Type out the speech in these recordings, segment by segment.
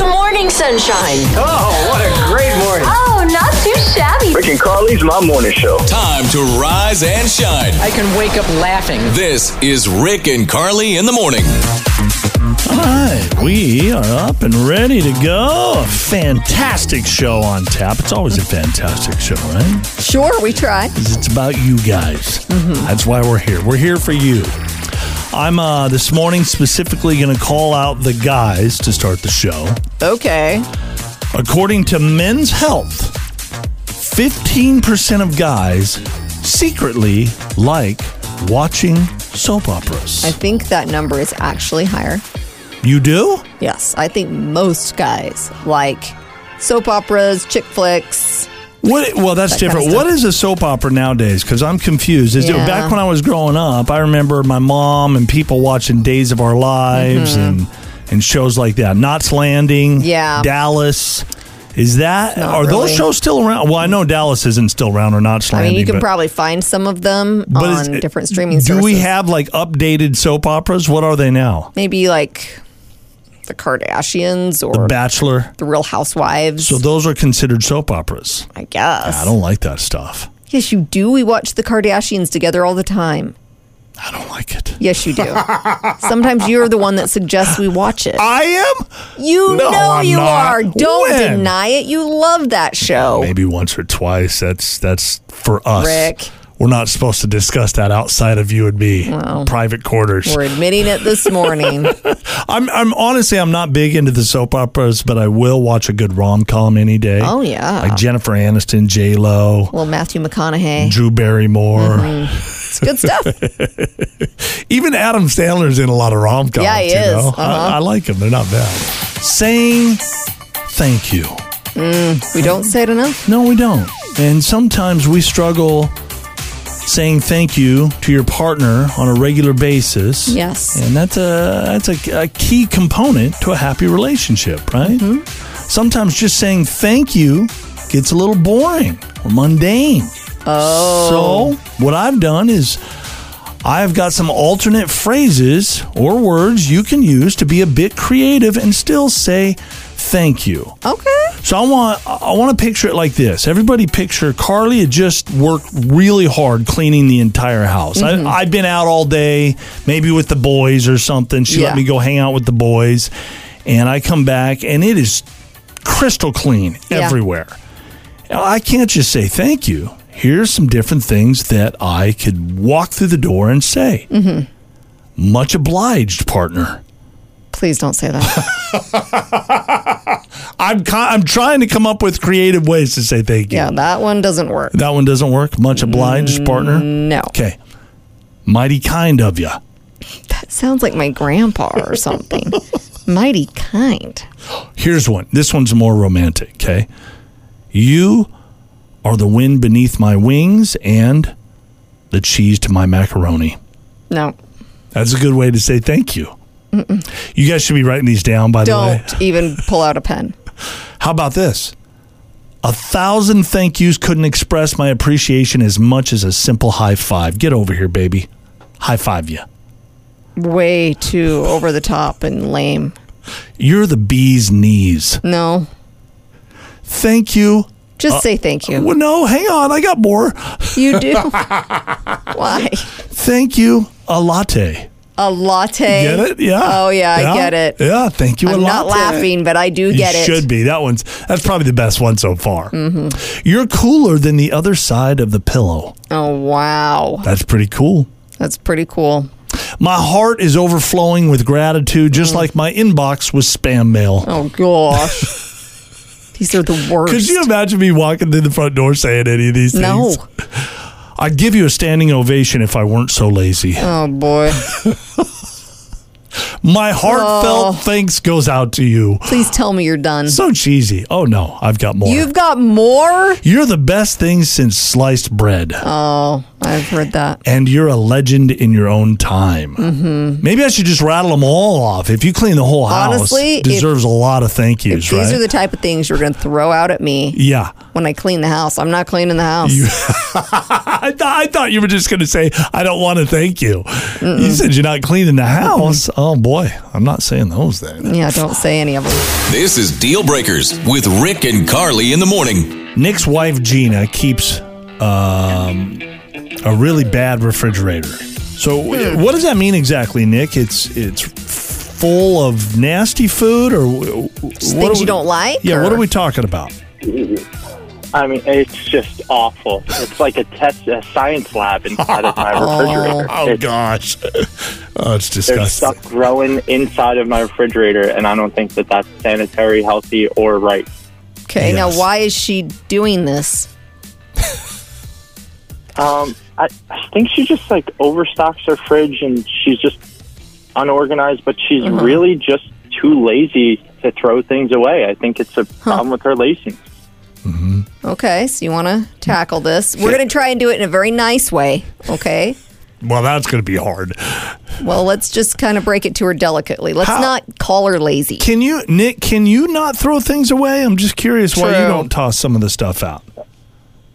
Morning sunshine. Oh, what a great morning. Oh, not too shabby. Rick and Carly's My Morning Show. Time to rise and shine. I can wake up laughing. This is Rick and Carly in the morning. All right, we are up and ready to go. A fantastic show on tap. It's always a fantastic show, right? Sure, we try. 'Cause It's about you guys. That's why we're here. We're here for you. I'm uh, this morning specifically going to call out the guys to start the show. Okay. According to Men's Health, 15% of guys secretly like watching soap I operas. think that number is actually higher. You do? Yes, I think most guys like soap operas, chick flicks. What? Well, that's That different. kind of what stuff. is a soap opera nowadays? Because I'm confused. Is it Yeah. back when I was growing up? I remember my mom and people watching Days of Our Lives and and shows like that. Knots Landing, Mm-hmm. Yeah. Dallas. Is that not are those really. shows still around? Well, I know Dallas isn't still around or Knots I Landing. mean, you can but, probably find some of them but is- on different streaming Do services. we have like updated soap operas? What are they now? maybe like the Kardashians or The the, Bachelor. Real Housewives? So those are considered soap operas. I guess. I don't like that stuff. yes, you do. We watch the Kardashians together all the time. I don't like it. Yes, you do. Sometimes you're the one that suggests we watch it. I am. You Uh, No, know I'm you not. are. Don't When? deny it. You love that show. maybe once or twice. That's that's for us. Rick. We're not supposed to discuss that outside of you and me. Private quarters. We're admitting it this morning. I'm I'm honestly I'm not big into the soap operas, but I will watch a good rom com any day. Oh, yeah. Like Jennifer Aniston, J Lo, Well, Matthew McConaughey. Drew Barrymore. Mm-hmm. It's good stuff. Even Adam Sandler's in a lot of rom coms. Yeah, he you is. know? Uh-huh. I, I like them. They're not bad. Saying thank you. We don't say it enough. No, we don't. And sometimes we struggle saying thank you to your partner on a regular basis. Yes. And that's a that's a, a key component to a happy relationship, right? Sometimes just saying thank you gets a little boring or mundane. Oh. So, what I've done is I've got some alternate phrases or words you can use to be a bit creative and still say thank you. Okay. So I want I want to picture it like this. Everybody picture Carly had just worked really hard cleaning the entire house. Mm-hmm. I, I've been out all day, maybe with the boys or something. She Yeah. let me go hang out with the boys, and I come back and it is crystal clean Yeah. everywhere. Now, I can't just say thank you. Here's some different things that I could walk through the door and say. Mm-hmm. Much obliged, partner. Please don't say that. I'm co- I'm trying to come up with creative ways to say thank you. Yeah, that one doesn't work. That one doesn't work. Much obliged, partner. No. Okay. Mighty kind of you. That sounds like my grandpa or something. Mighty kind. Here's one. This one's more romantic, okay? You are the wind beneath my wings and the cheese to my macaroni. No. That's a good way to say thank you. You guys should be writing these down, by the way. Don't even pull out a pen. How about this? A thousand thank yous couldn't express my appreciation as much as a simple high five. Get over here, baby. High five you. Way too over the top and lame. You're the bee's knees. No. Thank you. Uh, Just say thank you. Well, no, hang on. I got more. You do. Why? Thank you. A latte. A latte. Get it? Yeah. Oh, yeah, I get it. Yeah. Thank you. a I'm not latte. laughing, but I do You get it. Mm-hmm. should be. That one's. That's probably the best one so far. You're cooler than the other side of the pillow. Oh, wow. That's pretty cool. That's pretty cool. My heart is overflowing with gratitude, Mm. just like my inbox was spam mail. Oh, gosh. These are the worst. Could you imagine me walking through the front door saying any of these things? No. I'd give you a standing ovation if I weren't so lazy. Oh boy. My Oh. heartfelt thanks goes out to you. Please tell me you're done. So cheesy. Oh no, I've got more. You've got more? you are the best thing since sliced bread, Oh. I've heard that. and you're a legend in your own time. Mm-hmm. Maybe I should just rattle them all off. If you clean the whole house, Honestly, if- deserves a lot of thank If yous, these right? are the type of things you're going to throw out at me yeah. when I clean the house. I'm not cleaning the house. I, th- I thought you were just going to say, I don't want to thank you. You said you're not cleaning the house. Oh, boy, boy, I'm not saying those then. Yeah, don't say any of them. This is Deal Breakers with Rick and Carly in the morning. Nick's wife Gina keeps um, a really bad refrigerator. So uh, what does that mean exactly, Nick? It's it's full of nasty food or w- w- what are you don't like, Yeah, what or- are we talking about? I mean, it's just awful. It's like a test, a science lab inside of my refrigerator. Oh It's- gosh, oh it's There's disgusting. stuff growing inside of my refrigerator, and I don't think that that's sanitary, healthy, or right. Okay, Yes. now why is she doing this? Um, I, I think she just like overstocks her fridge, and she's just unorganized. But she's Mm-hmm. really just too lazy to throw things away. I think it's a problem with her lacing. Okay, so you want to tackle this? We're going to try and do it in a very nice way. Okay. Well, that's going to be hard. Well, let's just kind of break it to her delicately. Let's How- not call her lazy. Can you, Nick? Can you not throw things away? I'm just curious why you True. don't toss some of the stuff out.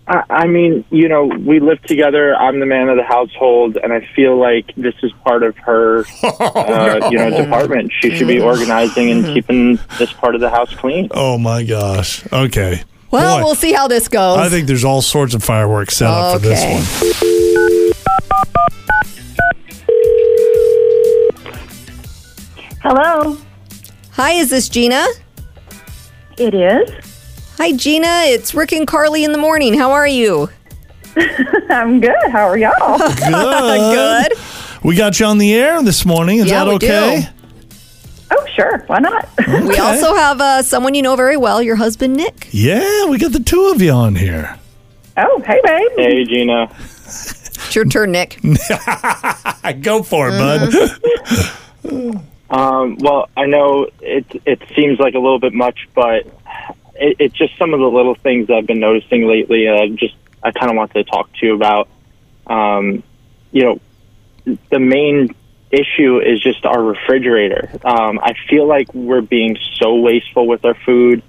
I, I mean, you know, we live together. I'm the man of the household, and I feel like this is part of her, uh, you know, department. She should be organizing and keeping this part of the house clean. Oh my gosh. Okay. Well, Boy, we'll see how this goes. I think there's all sorts of fireworks set up for Okay. this one. Hello, Hi, is this Gina? it is. Hi, Gina. It's Rick and Carly in the morning. How are you? I'm good. How are y'all? Good. Good. We got you on the air this morning. Is Yeah, that we okay? oh, sure. Why not? We also have uh, someone you know very well, your husband Nick. Yeah, we got the two of you on here. oh, hey, babe. Hey, Gina. It's your turn, Nick. Go for it, Mm-hmm. bud. Um, well, I know it it seems like a little bit much, but it, it's just some of the little things I've been noticing lately. and I just I kind of wanted to talk to you about. Um, you know, the main issue is just our refrigerator. Um, I feel like we're being so wasteful with our food,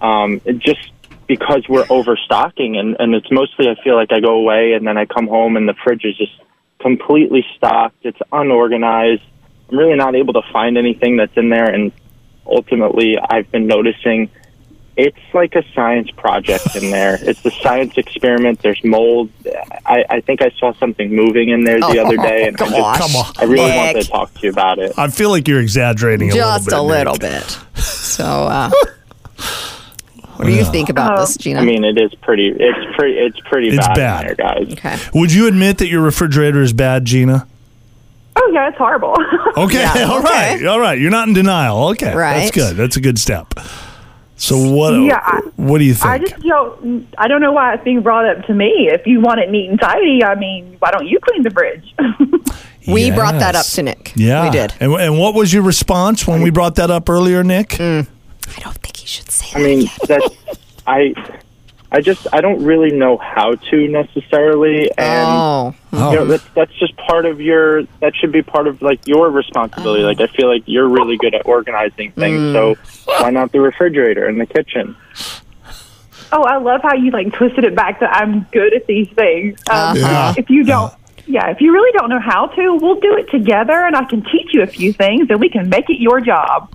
um, it just because we're overstocking, and, and it's mostly I feel like I go away and then I come home and the fridge is just completely stocked. It's unorganized. I'm really not able to find anything that's in there, and ultimately I've been noticing. It's like a science project in there. It's a science experiment. There's mold. I, I think I saw something moving in there the other day, and I just Gosh. Oh, Come on. I really wanted Nick. to talk to you about it. I feel like you're exaggerating a Just a little bit. Nick. little bit. So, uh, what do you think about this, Gina? Um, I mean, it is pretty. It's pretty. It's pretty It's bad, bad. in there, guys. okay. Would you admit that your refrigerator is bad, Gina? Oh, yeah, it's horrible. Okay, Yeah, all right, okay. all right. You're not in denial. Okay, that's Right. good. That's a good step. So what? Yeah, I- what do you think? I just don't. I don't know why it's being brought up to me. If you want it neat and tidy, I mean, why don't you clean the fridge? We brought that up Yes. to Nick. Yeah, We did. And, and what was your response when we brought that up earlier, Nick? Mm. I don't think he should say I mean, that's. I. I just. I don't really know how to necessarily, that. and Oh. Oh. you know, that's that's just part of your. That should be part of like your responsibility. Like I feel like you're really good at organizing things, so why not the refrigerator and the kitchen? oh, I love how you like twisted it back to I'm good at these things. Um, Yeah. If you don't. Yeah, if you really don't know how to, we'll do it together and I can teach you a few things and we can make it your job.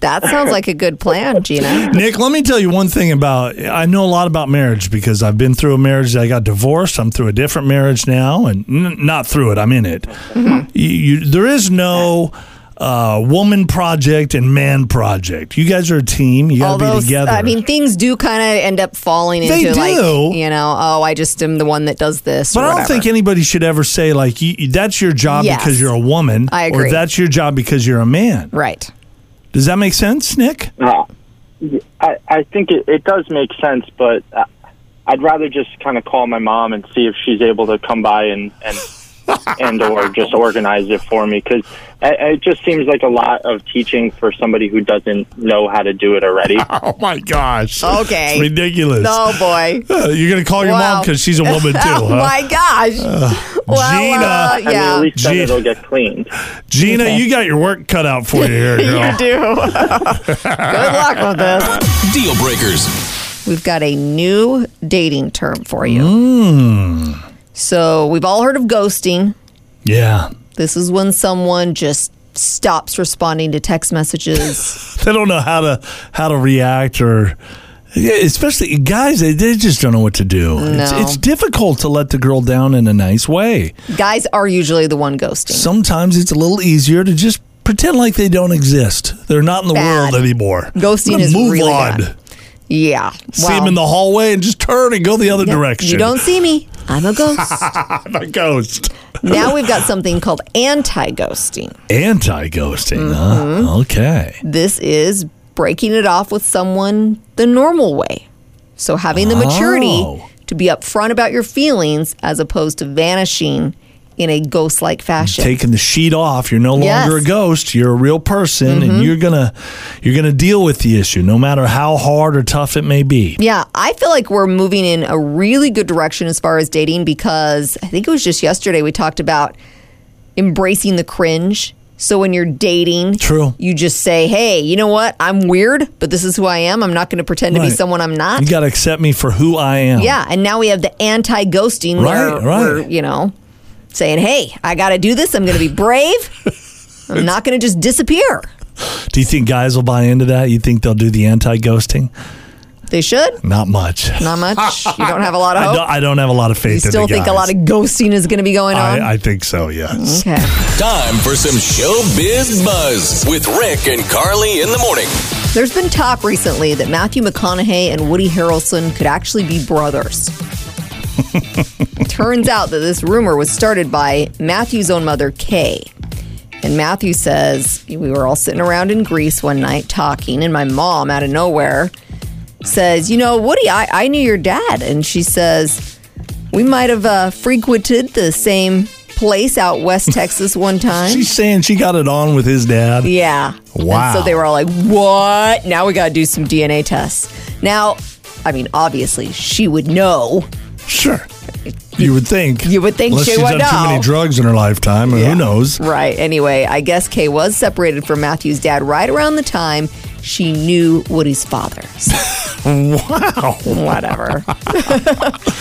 That sounds like a good plan, Gina. Nick, let me tell you one thing about I know a lot about marriage because I've been through a marriage. I got divorced. I'm through a different marriage now, and n- not through it. I'm in it. Mm-hmm. You, you, there is no uh, woman project and man project. You guys are a team. You got to Although, be together. I mean, things do kind of end up falling They into like, do. you know, oh, I just am the one that does this. But or I don't whatever. think anybody should ever say like you, you- that's your job Yes. because you're a woman, I or agree. that's your job because you're a man. Right. Does that make sense, Nick? Uh, I, I think it, it does make sense, but uh, I'd rather just kind of call my mom and see if she's able to come by and and and or just organize it for me because it just seems like a lot of teaching for somebody who doesn't know how to do it already. Oh my gosh! Okay. It's ridiculous. Oh, boy. Uh, you're gonna call your mom Wow. because she's a woman too. oh, huh? my gosh. well, Gina. uh, I mean, at yeah. least then Gee. it'll get cleaned. Gina, you got your work cut out for you here, girl. You do. good luck with this. Deal Breakers. We've got a new dating term for you. Mm. So we've all heard of ghosting. Yeah. This is when someone just stops responding to text messages. They don't know how to how to react or yeah, especially guys they, they just don't know what to do. It's, No. it's difficult to let the girl down in a nice way. Guys are usually the one ghosting. Sometimes it's a little easier to just pretend like they don't exist. They're not in the Bad. world anymore. Ghosting I'm gonna is move really on. bad. Yeah. See them in the hallway and just turn and go the other direction. You don't see me. I'm a ghost. I'm a ghost. now we've got something called anti-ghosting. Anti-ghosting. Mm-hmm. Huh? Okay. This is breaking it off with someone the normal way. So having the Oh. maturity to be upfront about your feelings as opposed to vanishing in a ghost-like fashion. taking the sheet off. You're no Yes. Mm-hmm. longer a ghost. You're a real person, and you're gonna you're gonna deal with the issue, no matter how hard or tough it may be. Yeah, I feel like we're moving in a really good direction as far as dating because I think it was just yesterday we talked about embracing the cringe. So when you're dating, True. you just say, "Hey, you know what? I'm weird, but this is who I am. I'm not going to pretend to be Right. someone I'm not." You got to accept me for who I am. yeah, and now we have the anti-ghosting where Right, right. we're, you know, saying, "Hey, I got to do this. I'm going to be brave. I'm not going to just disappear." Do you think guys will buy into that? You think they'll do the anti-ghosting? They should. Not much. Not much. You don't have a lot of I, hope. don't, I don't have a lot of faith. Oh. you still in the think a guys. lot of ghosting is going to be going on? I, I think so. Yes. okay. Time for some showbiz buzz with Rick and Carly in the morning. There's been talk recently that Matthew McConaughey and Woody Harrelson could actually be brothers. Turns out that this rumor was started by Matthew's own mother, Kay. And Matthew says, We were all sitting around in Greece one night talking, and my mom, out of nowhere, says, You know, Woody, I, I knew your dad. And she says, We might have uh, frequented the same place out West Texas one time. She's saying she got it on with his dad. Yeah. Wow. And so they were all like, what? Now we got to do some DNA tests. Now, I mean, obviously, she would know. Sure. You would think. You would think Unless she she's would done too know. many drugs in her lifetime. Who knows? Right. Anyway, I guess Kay was separated from Matthew's dad right around the time she knew Woody's father. So, Wow. whatever.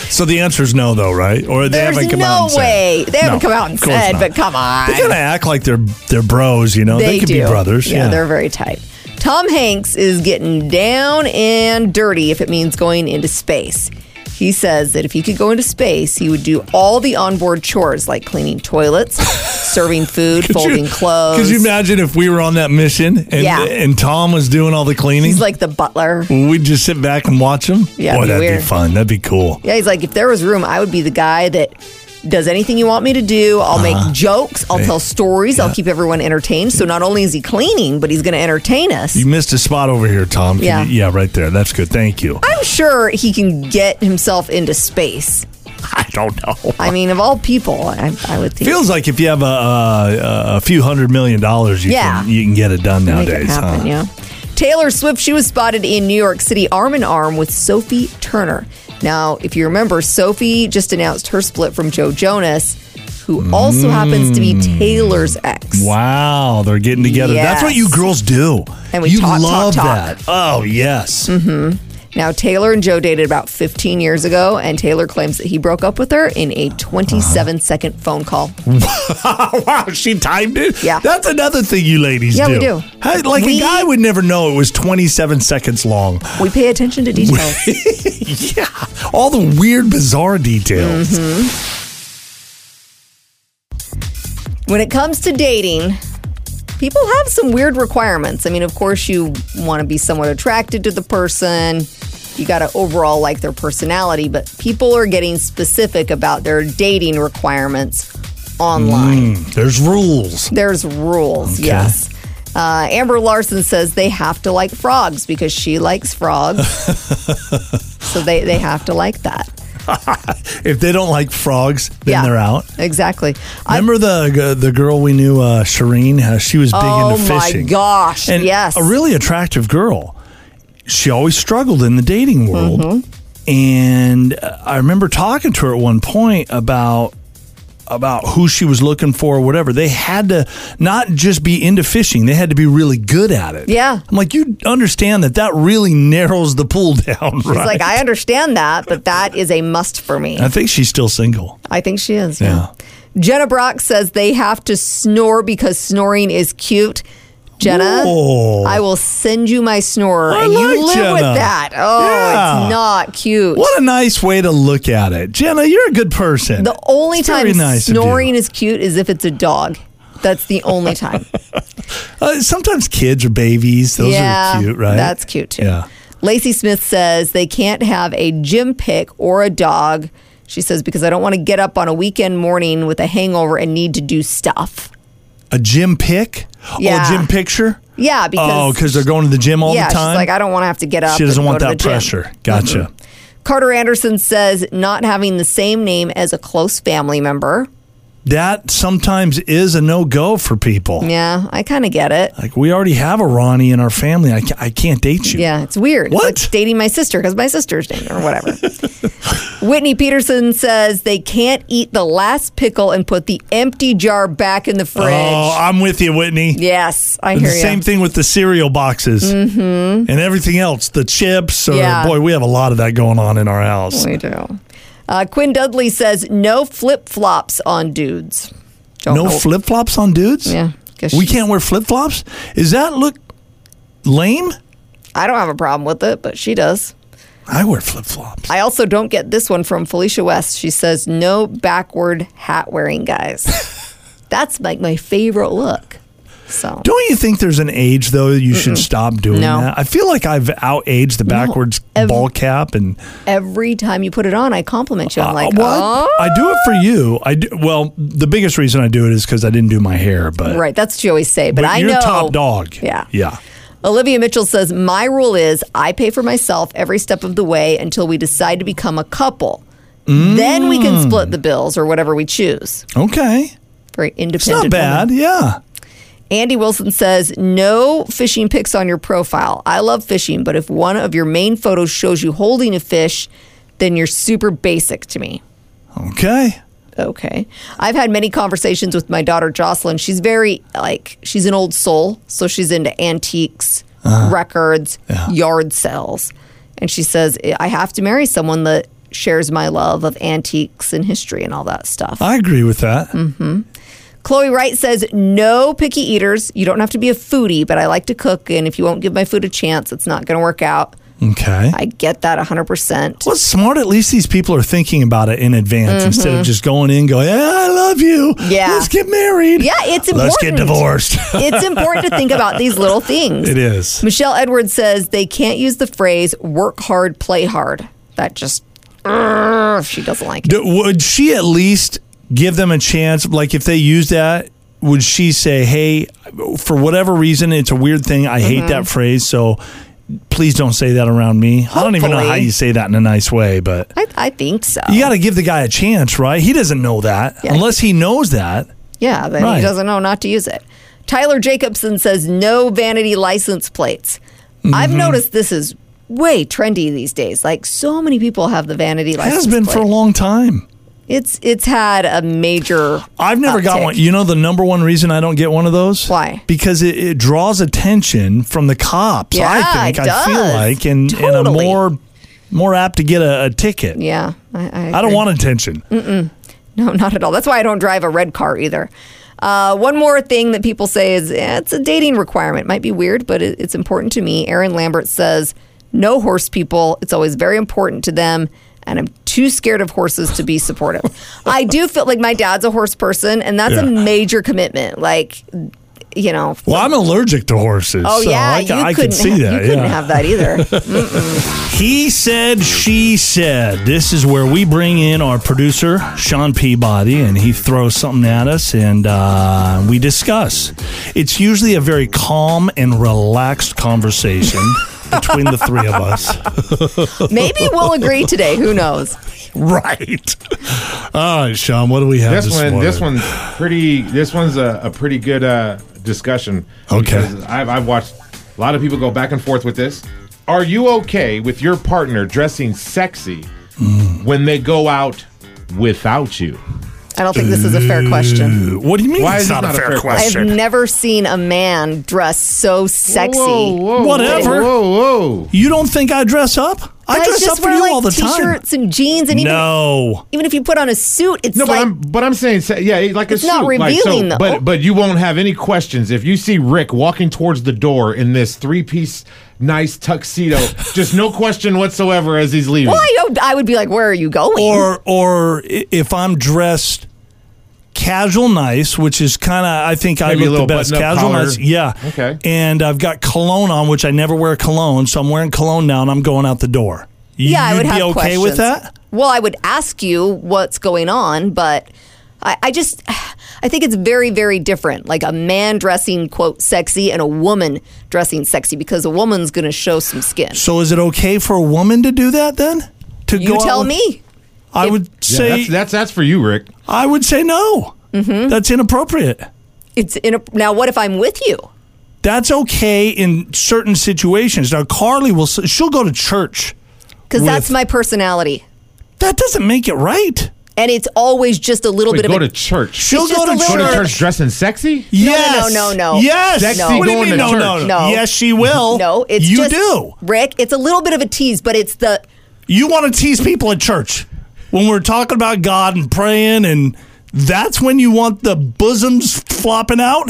So the answer is no, though, right? Or they There's haven't come no out and way. said. They haven't No, come out and of course said, not. but come on. They kind of act like they're they're bros, you know. They, could be do. brothers. Yeah, Yeah, they're very tight. Tom Hanks is getting down and dirty if it means going into space. He says that if he could go into space, he would do all the onboard chores like cleaning toilets, serving food, folding clothes. Could you imagine if we were on that mission and Yeah. and Tom was doing all the cleaning? He's like the butler. We'd just sit back and watch him. Yeah, Boy, it'd be that'd weird. be fun. That'd be cool. Yeah, he's like, if there was room, I would be the guy that does anything you want me to do. I'll Uh-huh. make jokes. I'll tell stories. I'll keep everyone entertained. So not only is he cleaning, but he's going to entertain us. You missed a spot over here, Tom. Can Yeah. you- yeah, right there. That's good. Thank you. I'm sure he can get himself into space. I don't know. I mean, of all people, I, I would think. Feels like if you have a a, a few hundred million dollars, you Yeah. can you can get it done make nowadays. it happen, huh? yeah. Taylor Swift, she was spotted in New York City arm in arm with Sophie Turner. Now, if you remember, Sophie just announced her split from Joe Jonas, who also happens to be Taylor's ex. Mm. Wow, they're getting together. That's what Yes. you girls do. And we you talk, talk, love talk. Mm-hmm. that. Oh yes. Now, Taylor and Joe dated about 15 years ago, and Taylor claims that he broke up with her in a 27 Uh-huh. second phone call. Oh wow, she timed it. Yeah. that's another thing you ladies Yeah, do. we do. How- like We- a guy would never know it was 27 seconds long. We pay attention to details. yeah, all the weird, bizarre details. Mm-hmm. When it comes to dating, people have some weird requirements. I mean, of course, you want to be somewhat attracted to the person. You got to overall like their personality, but people are getting specific about their dating requirements online. Hmm, There's rules. There's rules, yes. Uh, Amber Larson says they have to like frogs because she likes frogs. so they, they have to like that. If they don't like frogs, then Yeah. they're out. Exactly. I, Remember the the girl we knew, uh, Shireen? How she was big oh into my fishing. gosh. and yes. a really attractive girl. She always struggled in the dating world, Mm-hmm. and uh, I remember talking to her at one point about about who she was looking for or whatever. They had to not just be into fishing; they had to be really good at it. Yeah. I'm like, you understand that that really narrows the pool down, right? It's like, I understand that, but that is a must for me. I think she's still single. I think she is. Yeah. Yeah. Jenna Brock says they have to snore because snoring is cute. Jenna, Whoa. I will send you my snorer, I and you like live with Jenna. that. Oh, Yeah. it's not cute. What a nice way to look at it. Jenna, you're a good person. The only It's time very nice of you. snoring is cute is if it's a dog. That's the only time. Uh, sometimes kids or babies, those yeah, are cute, right? That's cute too. Yeah. Lacey Smith says they can't have a gym pick or a dog. She says because I don't want to get up on a weekend morning with a hangover and need to do stuff. A gym pic? Yeah. Oh, a gym picture? Yeah, because Oh, because they're going to the gym all yeah, the time? she's like I don't want to have to get up. she doesn't and go want to that the gym." Mm-hmm. pressure. Gotcha. Carter Anderson says not having the same name as a close family member. That sometimes is a no go for people. Yeah, I kind of get it. Like, we already have a Ronnie in our family. I, ca- I can't date you. Yeah, it's weird. What? It's like dating my sister because my sister's named her or whatever. Whitney Peterson says they can't eat the last pickle and put the empty jar back in the fridge. Oh, I'm with you, Whitney. yes, I And hear the you. same thing with the cereal boxes and everything else, the chips. Or, Yeah. Boy, we have a lot of that going on in our house. We do. Uh, Quinn Dudley says no flip flops on dudes. Don't No know- flip flops on dudes? Yeah, 'cause We she's- can't wear flip flops? Is that look lame? I don't have a problem with it, but she does. I wear flip flops. I also don't get this one from Felicia West. She says no backward hat wearing guys. That's like my favorite look. So Don't you think there's an age though you should stop doing No. that? I feel like I've outaged the backwards ev- ball cap and every time you put it on, I compliment you. I'm like, Uh, what? oh. I do it for you. I do, well, the biggest reason I do it is because I didn't do my hair, but Right, that's what you always say, but, but I you're know. top dog. Yeah. yeah. Olivia Mitchell says, My rule is I pay for myself every step of the way until we decide to become a couple. Then we can split the bills or whatever we choose. Okay, Very it's not independent. bad. woman. Yeah, Andy Wilson says, No fishing pics on your profile. I love fishing, but if one of your main photos shows you holding a fish, then you're super basic to me. okay. Okay. I've had many conversations with my daughter Jocelyn. She's very like she's an old soul, so she's into antiques, records, yard sales. And she says "I- I have to marry someone that shares my love of antiques and history and all that stuff. I agree with that. Mm. Chloe Wright says no picky eaters. You don't have to be a foodie, but I like to cook and if you won't give my food a chance, it's not going to work out. Okay. I get that 100%. well, it's smart. At least these people are thinking about it in advance instead of just going in, going, "Yeah, I love you. Mm-hmm. Yeah. let's get married. Yeah, it's Let's get important. divorced. it's important to think about these little things. it is. Michelle Edwards says they can't use the phrase work hard, play hard. That just, Urgh, she doesn't like it. D- would she at least give them a chance? Like, if they use that, would she say, hey, for whatever reason, it's a weird thing. I hate Mm-hmm. that phrase. So please don't say that around me. I don't even know how Hopefully. you say that in a nice way, but I, I think so. you got to give the guy a chance, right? He doesn't know that Yeah. unless he knows that. Yeah, then Right. he doesn't know not to use it. Tyler Jacobson says no vanity license plates. Mm-hmm. I've noticed this is way trendy these days. Like so many people have the vanity It license. has been plate. for a long time. It's it's had a major. I've never got uptick. one. You know the number one reason I don't get one of those? Why? Because it, it draws attention from the cops. Yeah, I think it I feel does. like, and and I'm Totally. more more apt to get a, a ticket. Yeah, I, I, I don't want attention. No, not at all. That's why I don't drive a red car either. Uh, one more thing that people say is eh, it's a dating requirement. Might be weird, but it, it's important to me. Aaron Lambert says, no horse people. It's always very important to them. And I'm too scared of horses to be supportive. I do feel like my dad's a horse person, and that's Yeah. a major commitment. Like, you know. Well, I'm allergic to horses. Oh so yeah, I, ca- you I couldn't could see have, that. you couldn't yeah. have that either. He said, she said. This is where we bring in our producer, Sean Peabody, and he throws something at us and uh, we discuss. It's usually a very calm and relaxed conversation between the three of us. Maybe we'll agree today. Who knows? Right. All right, Sean, what do we have This, this, one, morning? this one's pretty. This one's a, a pretty good uh, discussion. Okay. because I've, I've watched a lot of people go back and forth with this. Are you okay with your partner dressing sexy Mm. when they go out without you? I don't think this is a fair question. What do you mean Why it's is not, this a fair, I have question? never seen a man dress so sexy. Whoa, whoa, Whatever. Whoa, whoa. you don't think I dress up? I Guys dress just up for wear, you like, all the time. t-shirts and jeans, and even No. even if you put on a suit, it's No, but like I'm but I'm saying sa- yeah, like It's a not suit, like, revealing, though. But but you won't have any questions if you see Rick walking towards the door in this three piece nice tuxedo. just no question whatsoever as he's leaving. well, I, would- I would be like, where are you going? Or or i- if I'm dressed casual nice, which is kind of I think Maybe a I look little the best button-up casual collar. nice. Yeah. Okay. And I've got cologne on, which I never wear cologne, so I'm wearing cologne now, and I'm going out the door. yeah, I You'd would be have okay questions. with that. Well, I would ask you what's going on, but I, I just I think it's very very different. Like a man dressing quote sexy and a woman dressing sexy because a woman's going to show some skin. So is it okay for a woman to do that then? To You out tell with- me. I would Yeah, say that's, that's that's for you, Rick. I would say no. Mm-hmm. That's inappropriate. It's in a, now. What if I'm with you? That's okay in certain situations. Now Carly will s- she'll go to church. Because that's With- my personality, That doesn't make it right. and it's always just a little Wait, bit go of to a church. She'll It's go just to a church. Go little- to church dressed in sexy. no, Yes. no, no. Yes. Sexy What do you going mean? to No, no, church. no. No. Yes, she will. no. It's you just, do. Rick. It's a little bit of a tease, but it's the You want to tease people at church when we're talking about God and praying, and that's when you want the bosoms flopping out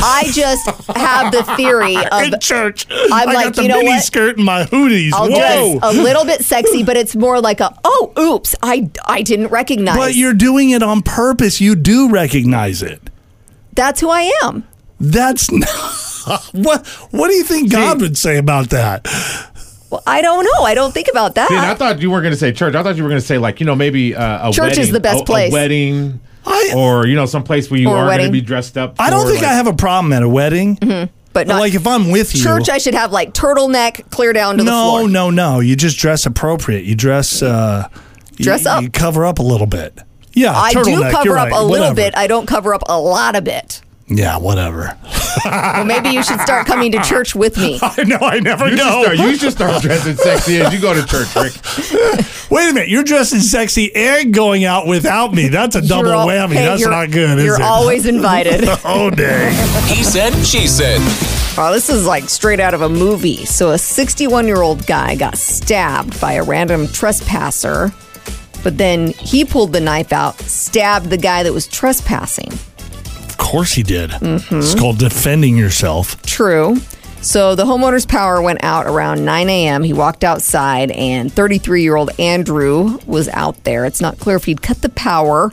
I just have the theory of in church. I'm I like, got the you know mini what? skirt and my hoodies. I'll Whoa. dress a little bit sexy, but it's more like a oh, oops, I I didn't recognize. But you're doing it on purpose. You do recognize it. That's who I am. That's not. What What do you think God would say about that? Well, I don't know. I don't think about that. Dude, I thought you weren't going to say church. I thought you were going to say like you know maybe uh, a Church is wedding, the best a- a place. wedding, I- or you know some place where you Or a are going to wedding. be dressed up. I don't for, think like- I have a problem at a wedding. but not Like if I'm with you, Mm-hmm. church. I should have like turtleneck, clear down to the no, floor. no, no. You just dress appropriate. You dress. Uh, you- Dress up. You cover up a little bit. Yeah, I do turtleneck, cover you're up right, a little whatever. bit. I don't cover up a lot of it. Yeah, whatever. Well, maybe you should start coming to church with me. I know. I never You should, know. start, you should start dressing sexy as you go to church, Rick. Wait a minute. You're dressing sexy and going out without me. That's a double You're al- whammy. hey, That's you're- not good. Is You're it? always invited. oh dang. He said, she said. Wow, Oh, this is like straight out of a movie. So, a 61 year old guy got stabbed by a random trespasser, but then he pulled the knife out, stabbed the guy that was trespassing. Of course he did. Mm-hmm. It's called defending yourself. True. So, the homeowner's power went out around 9 a.m. He walked outside, and 33 year old Andrew was out there. It's not clear if he'd cut the power.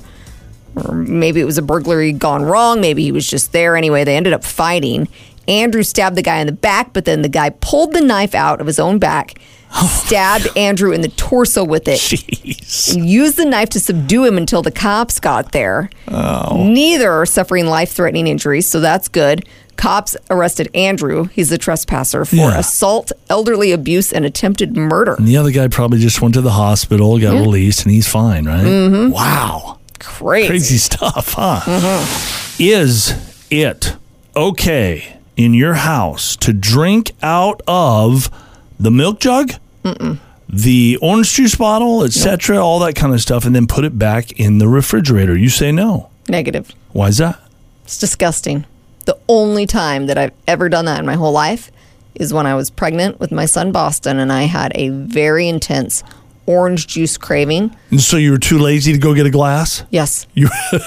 or maybe it was a burglary gone wrong. Maybe he was just there anyway. They ended up fighting. Andrew stabbed the guy in the back, but then the guy pulled the knife out of his own back, stabbed Andrew in the torso with it, Jeez. and used the knife to subdue him until the cops got there. Oh. Neither are suffering life threatening injuries, so that's good. Cops arrested Andrew. He's a trespasser for Yeah. Mm. assault, elderly abuse, and attempted murder. The other guy probably just went to the hospital, got released, and he's fine, right? Mm-hmm. Wow. Crazy. Mm-hmm. Crazy stuff, huh? Is it okay in your house to drink out of the milk jug, the orange juice bottle, etc., all that kind of stuff, and then put it back in the refrigerator? You say no. Negative. Why is that? It's disgusting. The only time that I've ever done that in my whole life is when I was pregnant with my son Boston and I had a very intense orange juice craving. And so you were too lazy to go get a glass? Yes. You-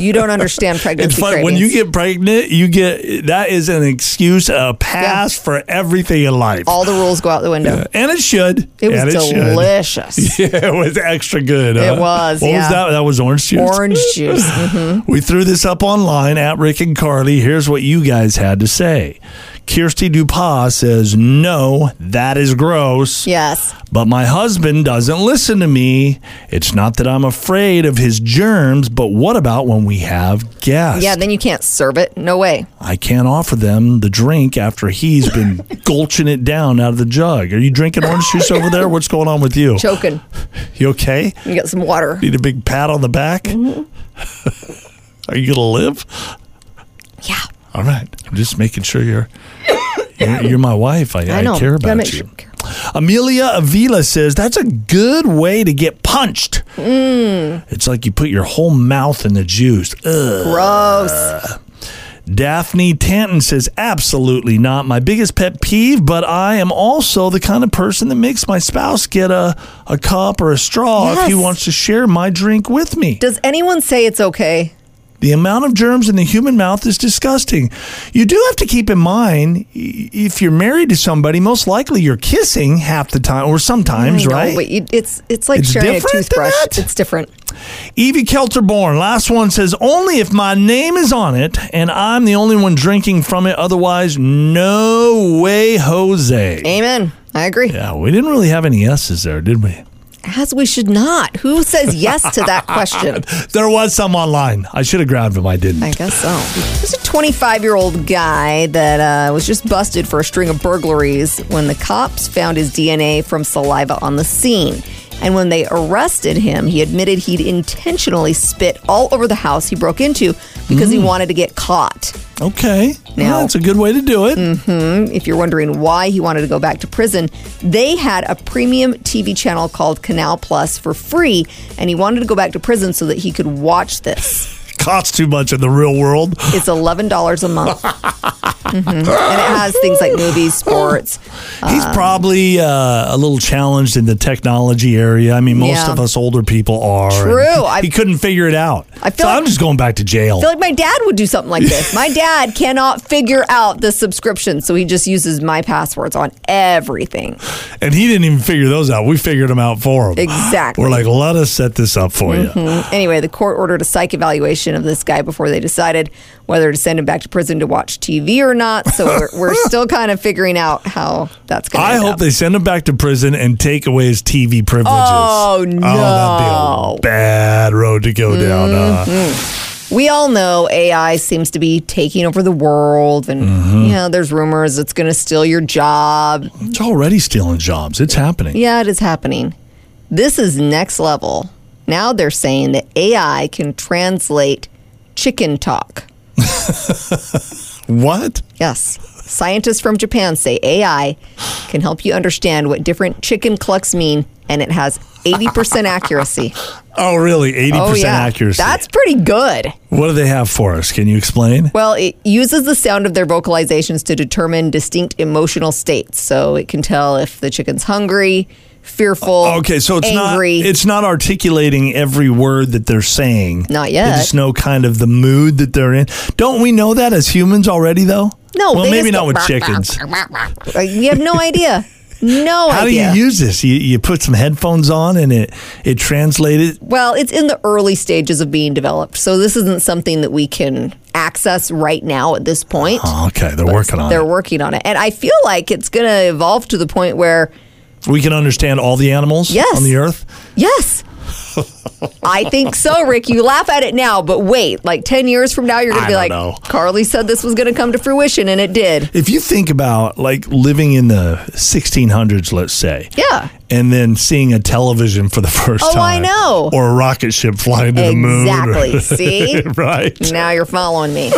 You, don't understand It's pregnancy funny cravings. when you get pregnant, you get that is an excuse, a pass for everything in life. all the rules go out the window. And it should. It was And should. delicious. Yeah, it was extra good. huh? It was, What was yeah. that? That was orange juice. Orange juice. Mhm. We threw this up online at Rick and Carly. Here's what you guys had to say. Kirsty Dupas says, No, that is gross. Yes. But my husband doesn't listen to me. It's not that I'm afraid of his germs, but what about when we have guests? Yeah, then you can't serve it. No way. I can't offer them the drink after he's been gulching it down out of the jug. Are you drinking orange juice over there? What's going on with you? Choking. You okay? You got some water. Need a big pat on the back? Are you gonna live? Mm-hmm. Yeah. All right. I'm just making sure you're you're, you're my wife. I, I, I know. care Gotta about make you. sure- Amelia Avila says that's a good way to get punched. Mm. It's like you put your whole mouth in the juice. Ugh. Gross. Daphne Tanton says, absolutely not my biggest pet peeve, but I am also the kind of person that makes my spouse get a, a cup or a straw if he Yes. wants to share my drink with me. Does anyone say it's okay? The amount of germs in the human mouth is disgusting. You do have to keep in mind i- if you're married to somebody, most likely you're kissing half the time or sometimes, I know, right? But you, it's it's like It's sharing a different than toothbrush. that? It's different. Evie Kelterborn, last one says, only if my name is on it and I'm the only one drinking from it. Otherwise, no way, Jose. Amen. I agree. Yeah, we didn't really have any S's there, did we? As we should not. Who says yes to that question? There was some online. I should have grabbed them. I didn't. I guess so. There's a 25 year old guy that uh, was just busted for a string of burglaries when the cops found his DNA from saliva on the scene. And when they arrested him, he admitted he'd intentionally spit all over the house he broke into because he wanted to get caught. Okay. Well, Now- that's a good way to do it. If you're wondering why he wanted to go back to prison, they had a premium TV channel called Canal Plus for free, and he wanted to go back to prison so that he could watch this. Costs too much in the real world. It's eleven dollars a month, Mhm. and it has things like movies, sports. Um, He's probably uh, a little challenged in the technology area. I mean, most Yeah. of us older people are. True. And I- he couldn't figure it out. I feel so like- I'm just going back to jail. I feel like my dad would do something like this. My dad cannot figure out the subscription, so he just uses my passwords on everything. and he didn't even figure those out. We figured them out for him. Exactly. Mm-hmm. We're like, let us set this up for you. Hmm. Anyway, the court ordered a psych evaluation of this guy before they decided whether to send him back to prison to watch TV or not. So we're, we're still kind of figuring out how that's going to. I hope they send him back to prison and take away his TV privileges. Oh, that'd be a no. Mm-hmm. bad road to go down. Uh, We all know AI seems to be taking over the world, and Mm-hmm. you know there's rumors it's going to steal your job. it's already stealing jobs. It's happening. Yeah, it is happening. This is next level. Now they're saying that AI can translate chicken talk. What? Yes. Scientists from Japan say AI can help you understand what different chicken clucks mean, and it has 80% accuracy. Oh, really? 80% accuracy. That's pretty good. what do they have for us? Can you explain? Well, it uses the sound of their vocalizations to determine distinct emotional states. So it can tell if the chicken's hungry, fearful, Okay, so it's angry. not it's not articulating every word that they're saying. Not yet. They just know kind of the mood that they're in. Don't we know that as humans already though? No, Well, they maybe just not go, with chickens. Like, we Uh, have no idea. No How idea. do you use this? You, you put some headphones on and it it translated. well, it's in the early stages of being developed. So this isn't something that we can access right now at this point. Oh, okay, they're working on They're it. working on it. And I feel like it's going to evolve to the point where, We can understand all the animals Yes. on the earth. yes. I think so, Rick. You laugh at it now, but wait, like 10 years from now, you're going I to be don't like, know. Carly said this was going to come to fruition, and it did. If you think about like living in the 1600s, let's say, Yeah. and then seeing a television for the first Oh, I time, know. or a rocket ship flying to the moon, Exactly. See? right? Now you're following me.